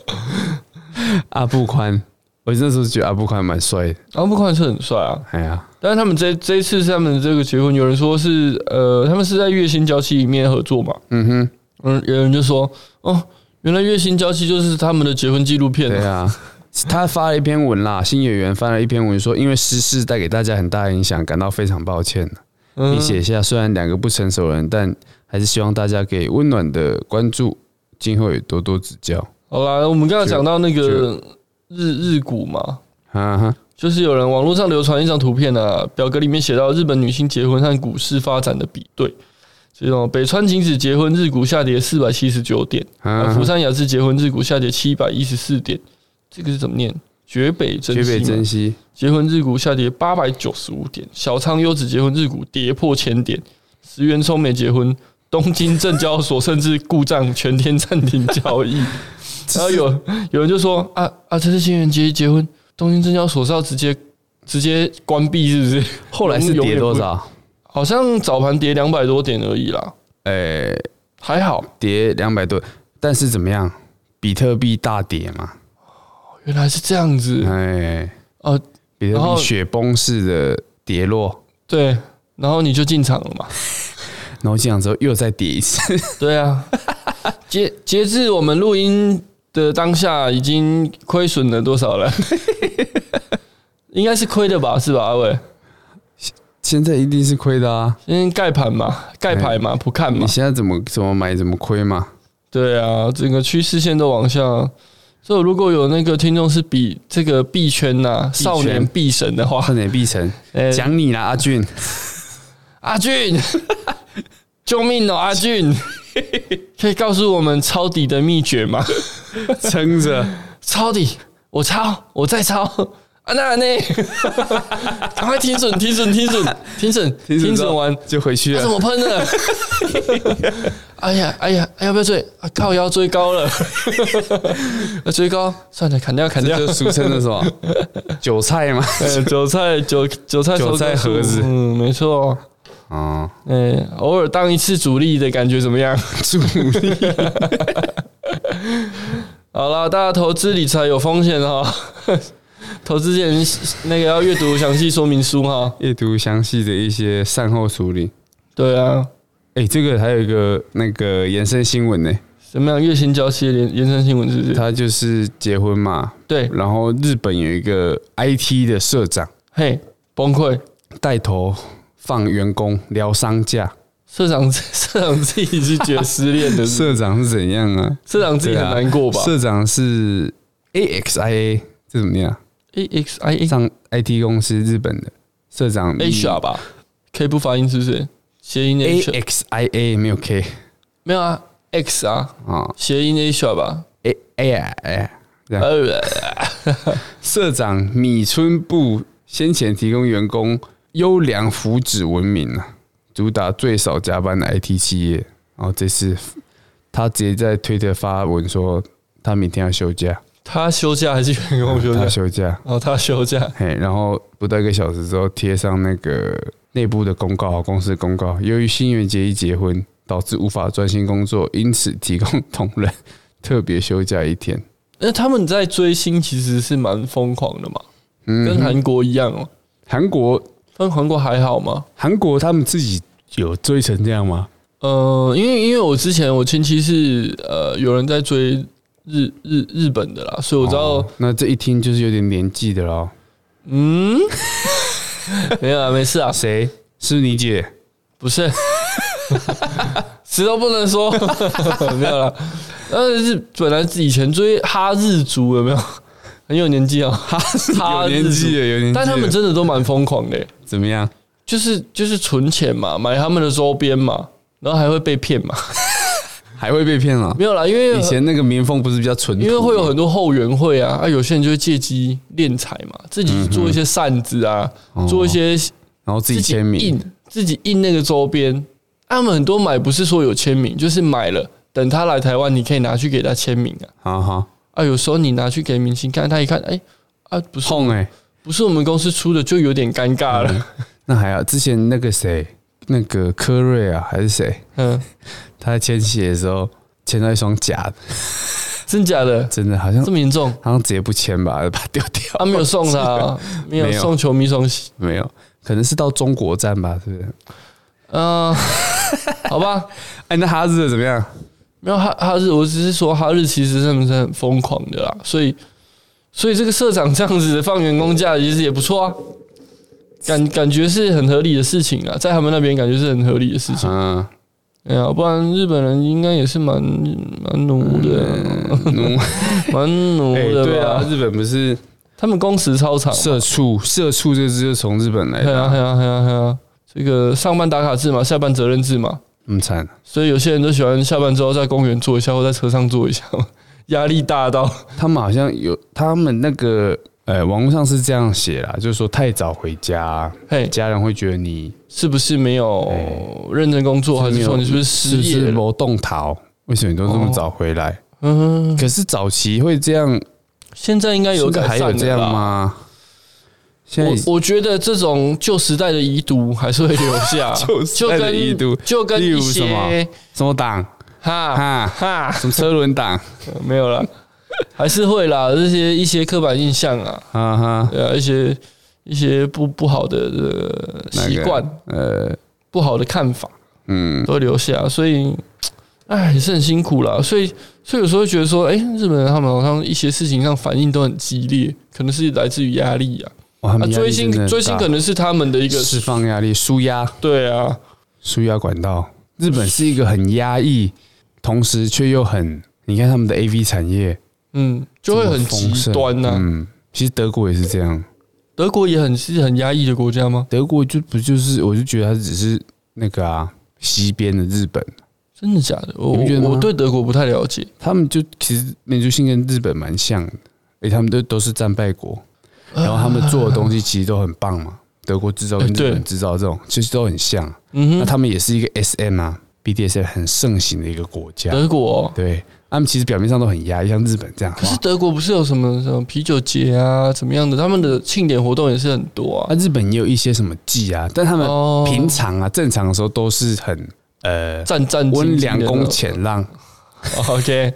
阿布宽，我那时候觉得阿布宽蛮帅的，
阿木宽是很帅啊，
哎呀，
但是他们这这一次是他们这个结婚，有人说是呃，他们是在月薪娇妻里面合作嘛，
嗯哼，
嗯，有人就说哦，原来月薪娇妻就是他们的结婚纪录片、
对啊。他发了一篇文啦，新演员发了一篇文说，因为失事带给大家很大影响，感到非常抱歉，
嗯
并写下虽然两个不成熟的人，但还是希望大家给温暖的关注，今后也多多指教。
好啦，我们刚刚讲到那个日日股嘛，
啊哈，
就是有人网络上流传一张图片啊，表格里面写到日本女性结婚和股市发展的比对。这种北川景子结婚，日股下跌四百七十九点；
啊
福
哈，
山雅治结婚，日股下跌七百一十四点。这个是怎么念？绝北真
绝
希
北
吗
珍惜，
结婚日股下跌八百九十五点，小仓优子结婚日股跌破千点，石原聪美结婚，东京证交所甚至故障全天暂停 交易。然后有有人就说啊啊，这是新垣结衣结婚，东京证交所是要直接直接关闭是不是？
后来是跌多少？
好像早盘跌两百多点而已啦，
诶、
还好，
哎跌两百多，但是怎么样？比特币大跌嘛，
原来是这样子
哎，
啊。
比特
然后
币雪崩式的跌落，
对，然后你就进场了嘛。
然后进场之后又再跌一次，
对啊，截截至我们录音的当下，已经亏损了多少了？ 应该是亏的吧，是吧，阿伟？
现在一定是亏的啊！
先盖盘嘛，盖牌
哎
嘛，不看嘛
你。现在怎么怎么买怎么亏嘛？
对啊，整个趋势线都往下。所以如果有那个听众是比这个币圈呐、
币圈
少年币神的 话，
快点必成，
哎
讲你啦，阿俊，
阿俊， 救命哦，阿俊，可以告诉我们抄底的秘诀吗？
撑着，
抄底，我抄，我再抄。啊，那那， 赶快停损，停损，停损，停损，停损完，
就回去
他、怎
了。
么喷的？哎呀，哎呀，哎呀，不要追啊！靠腰追高了， 啊追高，算了，砍掉，砍掉
这。就俗称的什么 韭菜嘛？
哎韭菜，韭韭菜，
韭菜盒子
嗯，没错。
哦，
哎，偶尔当一次主力的感觉怎么样？
助力
好啦，大家投资理财有风险哦。 投资前那个要阅读详细说明书哈。
阅读详细的一些善后处理。
对啊，
哎、这个还有一个那个延伸新闻呢、
怎么样？月薪娇妻的延延伸新闻是不是？
他就是结婚嘛，
对，
然后日本有一个 IT 的社长
嘿，崩溃。
带头放员工聊商价，
社长自 社长自己是觉得失恋的，
社长是怎样啊？
社长自己很难过吧
社长是 AXIA，这怎么念啊？
？A X I A
上 IT 公司日本的社长
Asia 吧，K 不发音是不是？谐音 Asia
AXIA 没有 K
没有啊，X 啊，
啊
谐音 Asia 吧。
，A A I 这样。
呃，
社长米村部先前提供员工优良福祉文明啊，主打最少加班的 IT 企业。然后这次他直接在推特发文说，他明天要休假，
他休假还是员工休
他
假？
休假。
哦，他休假，
嘿，然后不到一个小时之后贴上那个内部的公告，公司的公告，由于新垣结衣结婚，导致无法专心工作，因此提供同仁特别休假一天。
那他们在追星其实是蛮疯狂的嘛，跟
嗯，
韩国一样哦。
韩国
但韩国还好吗？
韩国他们自己有追成这样吗？
呃，因为因为我之前我亲戚是呃有人在追日日日本的啦，所以我知道、
哦那这一听就是有点年纪的咯。
嗯，没有啊，没事啊，
谁？是你姐？
不是，谁都不能说，没有啦。但是本来以前追哈日族有没有很有年纪啊？哈哈
有
日
年纪
族，
了，有年纪了。
但他们真的都蛮疯狂的欸、
怎么样？
就是就是存钱嘛，买他们的周边嘛，然后还会被骗嘛，
还会被骗了？
没有啦，因为
以前那个民风不是比较淳朴吗？
因为会有很多后援会啊，啊，有些人就会借机敛财嘛，自己做一些扇子啊，
哦
做一些
然后自
自
己
己
签名，
印自己印那个周边。啊他们很多买不是说有签名，就是买了，等他来台湾，你可以拿去给他签名啊。
好好
啊，有时候你拿去给明星看，他一看，哎、啊，不是
痛哎。
不是我们公司出的，就有点尴尬了。
那还好，之前那个谁，那个科瑞啊，还是谁？
嗯，
他在签写的时候签到一双假的，
真假的
真的好像
这么严重？
好像直接不签吧， 把它丢掉。
啊，没有送他、没有
没有
送球迷双喜。
没有，可能是到中国站吧，是不是？
嗯、好吧，
哎，那哈日的怎么样？
没有哈哈日，我只是说哈日其实真的是很疯狂的啦，所以所以这个社长这样子放员工假其实也不错啊，感感觉是很合理的事情啊，在他们那边感觉是很合理的事情，
嗯，
哎呀，不然日本人应该也是蛮蛮奴的，啊
嗯
蛮奴
哎，
的
对啊，
吧？
日本不是
他们工时超长嘛，
社畜，社畜这个字就从日本来
对啊
的，
对啊对啊对啊，这个上班打卡制嘛，下班责任制嘛，
嗯，惨。
所以有些人都喜欢下班之后在公园坐一下，或在车上坐一下嘛，压力大到
他们好像有，他们那个呃，网络上是这样写啦，就是说太早回家，
嘿。
家人会觉得你
是不是没有认真工啊作，还是说你是不是
哎是
失
不
业
是
了？
没动逃？为什么你都这么
哦
早回来？
嗯，
可是早期会这样，
现在应该有
现在
改
还
善
有
了
这样
吧？
吗？现在
我我觉得这种旧时代的遗毒还是会留下，
旧时
就
代的
跟
遗毒
就跟
例如
一
什么
些
什么档
哈
啊？
哈
什么车轮档
没有啦，还是会啦，这些一些刻板印象啊，
啊哈？
对啊，一些一些不不好的呃
那个
习惯、
呃，
不好的看法
嗯，
都会留下，所以。哎，也是很辛苦啦，所以所以有时候会觉得说，哎、日本人他们好像一些事情上反应都很激烈，可能是来自于压力啊。
哇，他
啊
们压力
追星
真的很
追星
大
可能是他们的一个
释放压力、舒压、
对啊，
舒压管道。日本是一个很压抑，同时却又很，你看他们的 A V 产业
嗯，就会很极端呐、
呐。嗯，其实德国也是这样，
德国也很是很压抑的国家吗？
德国就不就是，我就觉得它只是那个啊，西边的日本，
真的假的？我
你不觉得吗
我我对德国不太了解。
他们就其实民族性跟日本蛮像的，诶，他们都都是战败国，
啊
然后他们做的东西其实都很棒嘛，德国制造跟
哎
日
对
本制造这种其实都很像。
嗯
那
哼，
他们也是一个 SM 啊，BDSM 很盛行的一个国家，
德国、哦，
对，他们其实表面上都很压抑，像日本这样。
可是
哇
德国不是有什么什么啤酒节啊，怎么样的？他们的庆典活动也是很多啊
啊，。日本也有一些什么祭啊，但他们
哦
平常啊，正常的时候都是很呃
战战兢兢的
温良恭俭让，
哦 OK，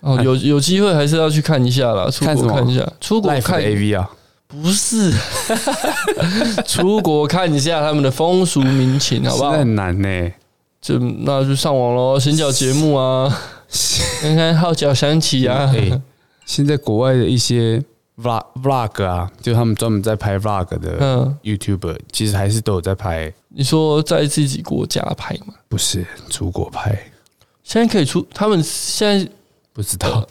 哦，有有机会还是要去看一下啦，出
哎看什
国
么
看一下，出国
Life
看
A V 啊，
不是， 出国看一下他们的风俗民情，好不
是
好？
很难呢。
就那就上网喽，行脚节目啊，看看号角响起 啊，
哎，现在国外的一些 vlog vlog 啊，就他们专门在拍 vlog 的
嗯，
YouTuber，其实还是都有在拍，
你说在自己国家拍嘛？
不是出国拍，
现在可以出，他们现在
不知
嗯
道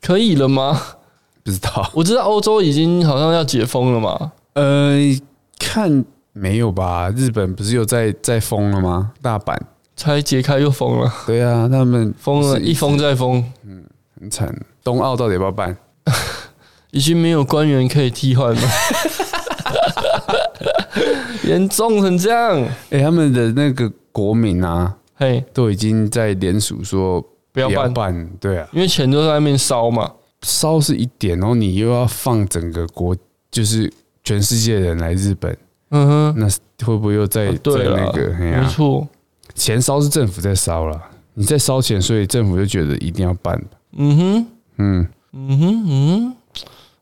可以了吗？
不知道。
我知道欧洲已经好像要解封了嘛，
呃，看没有吧？日本不是又在在封了吗？大阪，
才解开又封了，
对啊，他们
封了
是
一封再封，
很惨。冬奥到底要不要办？
已经没有官员可以替 换了，严重成这样，
哎、他们的那个国民啊，
嘿，
都已经在联署说
不要
不要
办，
办，对啊，
因为钱都在外面烧嘛。
烧是一点，然后你又要放整个国，就是全世界人来日本，
嗯哼，
那会不会又在、
啊对
在
了，
那个？哎呀、
没错，
钱烧是政府在烧了，你在烧钱，所以政府就觉得一定要办。
嗯哼，
嗯，
嗯哼，嗯哼，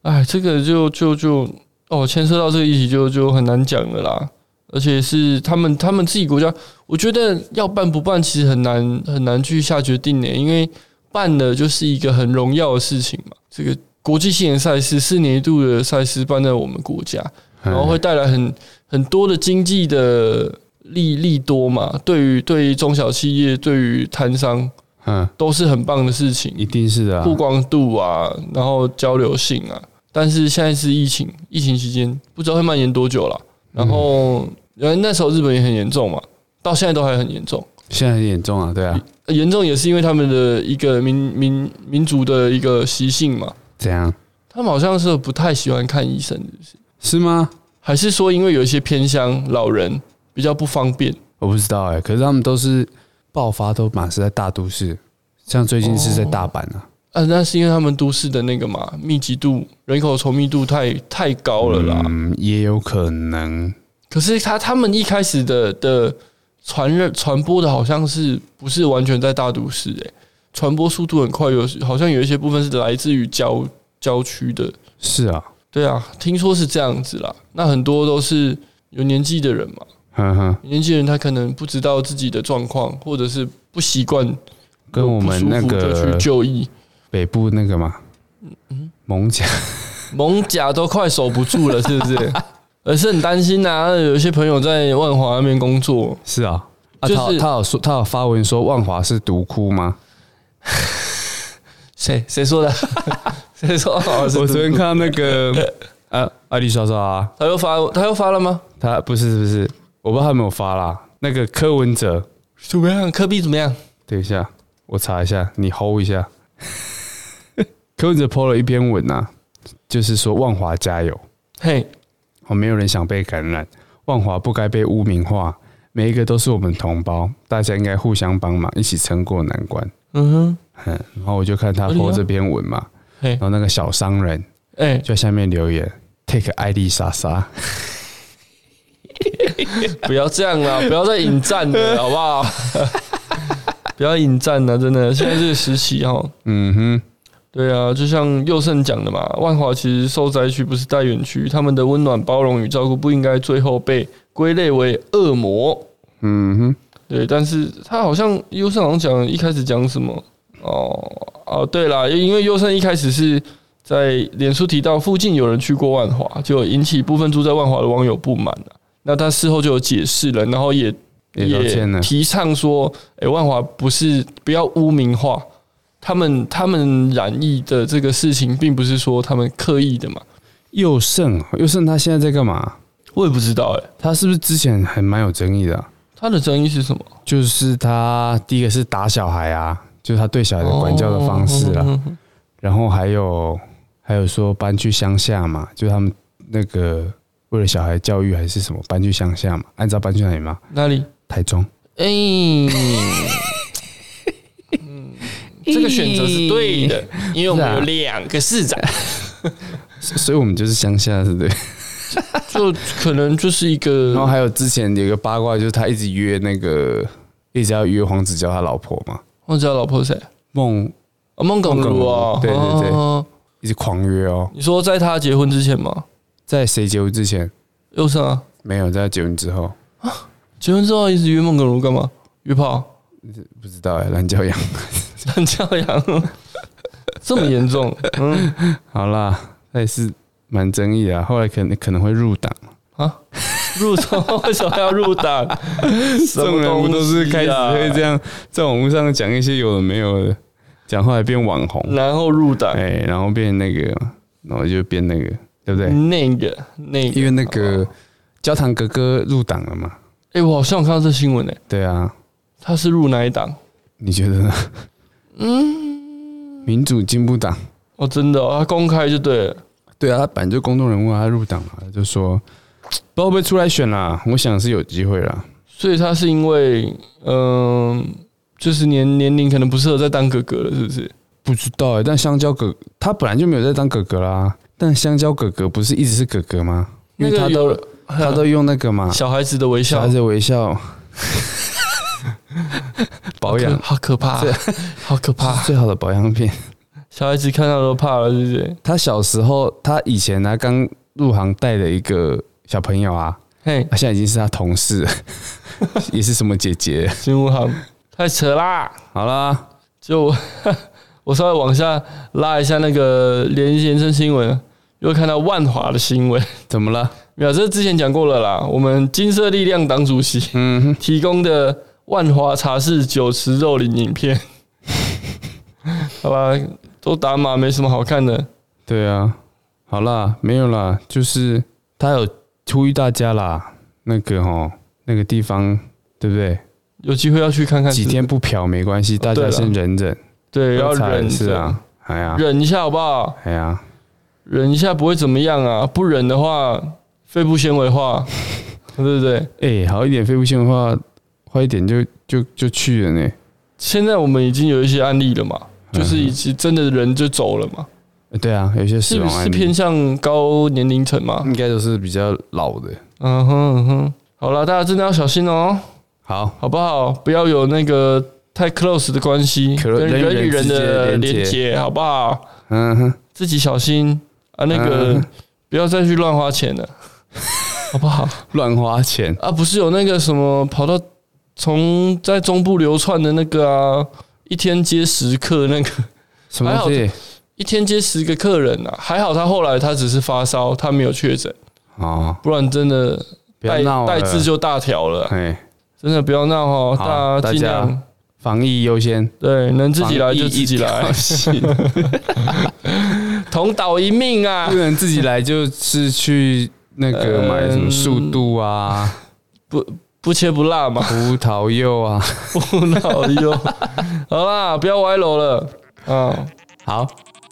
哎，这个就就就哦，牵涉到这个议题就就很难讲了啦。而且是他们他们自己国家，我觉得要办不办其实很难很难去下决定呢，因为办了就是一个很荣耀的事情嘛。这个国际性的赛事，四年一度的赛事办在我们国家，
哎
然
嗯
后会带来很很多的经济的利利多嘛，对于对于中小企业，对于摊商
嗯，
都是很棒的事情，
一定是的、啊
曝。光度啊，然后交流性啊。但是现在是疫情，疫情期间不知道会蔓延多久了。然后，因为那时候日本也很严重嘛，到现在都还很严重。
现在很严重啊，对啊，
呃严重也是因为他们的一个民民民族的一个习性嘛，
怎样？
他们好像是不太喜欢看医生的，
是吗？
还是说因为有一些偏乡老人比较不方便？
我不知道哎、可是他们都是爆发都满是在大都市，像最近是
哦
在大阪啊，
啊，那是因为他们都市的那个嘛，密集度、人口稠密度太太高了啦。
嗯，也有可能，
可是他他们一开始的的传热传播的好像是不是完全在大都市、欸？传播速度很快，有好像有一些部分是来自于郊郊区的。
是啊，
对啊，听说是这样子啦。那很多都是有年纪的人嘛，
哼哼，
年纪人他可能不知道自己的状况，或者是不习惯，
跟我们
不
那
舒服就
个
去就医。
北部那个嘛，
嗯
蒙甲，
蒙甲都快守不住了，是不是？而是很担心呐、啊，有些朋友在万华那边工作，
是啊，啊
就
他
是
有他有说他有发文说万华是独窟吗？
谁谁说的？ 谁说？哦是
我昨天看到那 个啊，阿丽莎莎啊，
他又发，他又发了吗？
他不是不是，我不知道他有没有发啦，那个柯文哲，
怎么样？科比怎么样？
等一下，我查一下，你 hold 一下。 柯文哲 PO 了一篇文呐、啊，就是说万华加油，
嘿，
哦，没有人想被感染，万华不该被污名化，每一个都是我们同胞，大家应该互相帮忙，一起撑过难关。
嗯哼，
嗯，然后我就看他
合理啊
PO 这篇文嘛，
嘿
然，后那个小商人
哎、
就在下面留言，take 艾丽莎莎，
不要这样啦，不 要再引战了，好不好？ 不要引战了，真的，现在这个时期哈，
嗯
对啊，就像佑胜讲的嘛，万华其实受灾区不是待远区，他们的温暖、包容与照顾不应该最后被归类为恶魔。
哼，嗯哼。
对，但是他好像优胜好像讲一开始讲什么哦哦，对啦，因为优胜一开始是在脸书提到附近有人去过万华，就引起部分住在万华的网友不满了。那他事后就有解释了，然后也
也道歉了
提倡说，哎、万华不是不要污名化，他们他们染疫的这个事情，并不是说他们刻意的嘛，
佑胜，佑胜他现在在干嘛？
我也不知道哎、
他是不是之前还蛮有争议的啊、
他的争议是什么？
就是他第一个是打小孩啊，就是他对小孩的管教的方式啦、
哦嗯
然后还有还有说搬去乡下嘛，就他们那个为了小孩教育还是什么搬去乡下嘛，按照搬去哪里嘛，
哪里？
台中。
哎、这个选择是对的，因为我们有两个市长，
所所以我们就是乡下，是不对。
就可能就是一
然后
个
还有之前有一个八卦，就是他一直约那个，一直要约黄子佼他老婆嘛，
忘记他老婆是谁，
梦
啊，孟耿如啊，
孟耿如对对对
啊
一直狂约哦，
你说在他结婚之前吗？
在谁结婚之前
又是啊，
没有，在他结婚之后
结婚之后一直约孟耿如干嘛？约炮、
不知道哎，懒教养。
很教养，这么严重？嗯
好啦，他也是蛮争议的啊，后来可能可能会入党，
啊，入党为什么要入党？
这种人不都是开始
啊
会这样在网络上讲一些有的没有的，讲后来变网红，
然后入党，
哎，然后变那个，然后就变那个，对不对？
那个那个，
因为那个焦糖哥哥入党了嘛，
哎、我好像有看到这新闻诶、
对啊，
他是入哪一党？
你觉得呢？ 嗯，民主进步党，
哦，真的、哦，他公开就对了。
对啊，他本来就公众人物啊，他入党了，就说不知道会不会出来选啦，我想是有机会啦。
所以他是因为，嗯、就是年年龄可能不适合再当哥哥了，是不是？
不知道哎、但香蕉哥他本来就没有在当哥哥啦，但香蕉哥哥不是一直是哥哥吗？因为他都、
那个
他都用那个嘛，
小孩子的微
小
笑
孩子微笑 保养啊
好可怕
对，
好可
是
怕！
最好的保养品。
小孩子看到都怕了，是不是？
他小时候，他以前呢、刚入行带的一个小朋友啊，
嘿，
他现在已经是他同事 了，也是什么姐姐。
新武行太扯啦！
好啦，
就 我稍微往下拉一下那个连先生新闻，又看到万华的新闻。
怎么了？
没有，这之前讲过了啦。我们金色力量党主席
嗯，
提供的万华茶室酒池肉林影片， 好吧，都打码没什么好看的。
对啊。好啦，没有啦，就是他有呼吁大家啦，那个哦，那个地方，对不对？
有机会要去看看是
几天不嫖没关系，大
对
家
了
先忍忍，
对，要
喝茶也
忍
是
着，
啊，哎呀，
忍一下好不好？
哎呀，
忍一下不会怎么样啊，不忍的话，肺部纤维化，对不对？
哎，好一点，肺部线的话，坏一点就就就去了呢。
现在我们已经有一些案例了嘛，
嗯
就是已经真的人就走了嘛，
呃对啊，有些
是
死
不
亡案
是
例
偏向高年龄层嘛？
应该都是比较老的。
嗯哼嗯哼，好了，大家真的要小心哦，
好，
好不好？不要有那个太 close 的关系，
可
跟
人与
人
人
与人
之间的
的
连
连
结
接，好不好？
嗯哼，
自己小心啊，那个
嗯
不要再去乱花 钱了，好不好？
乱花钱，
啊，不是有那个什么跑到从在中部流窜的那个啊，一天接十客那个，
什么东西？
一天接十个客人啊，还好他后来他只是发烧，他没有确诊，
哦，
不然真的
不要
带
闹
带字
了。
就大条了，
哎，
真的不要闹哦，
好
大
大
家尽
家
量
防疫优先，
对，能自己来
防疫
就自己
一
来
条， 心
同岛一命 啊
不！能自己来就是去那个买什么速度啊、
不切不辣嘛，
葡萄柚啊。
不闹哟。好啦，不要歪楼了，啊，
好，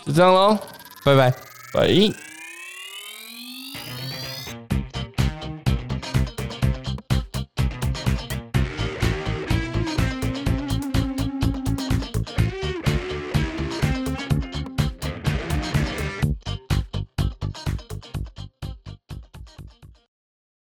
就这样喽，
拜拜。
拜。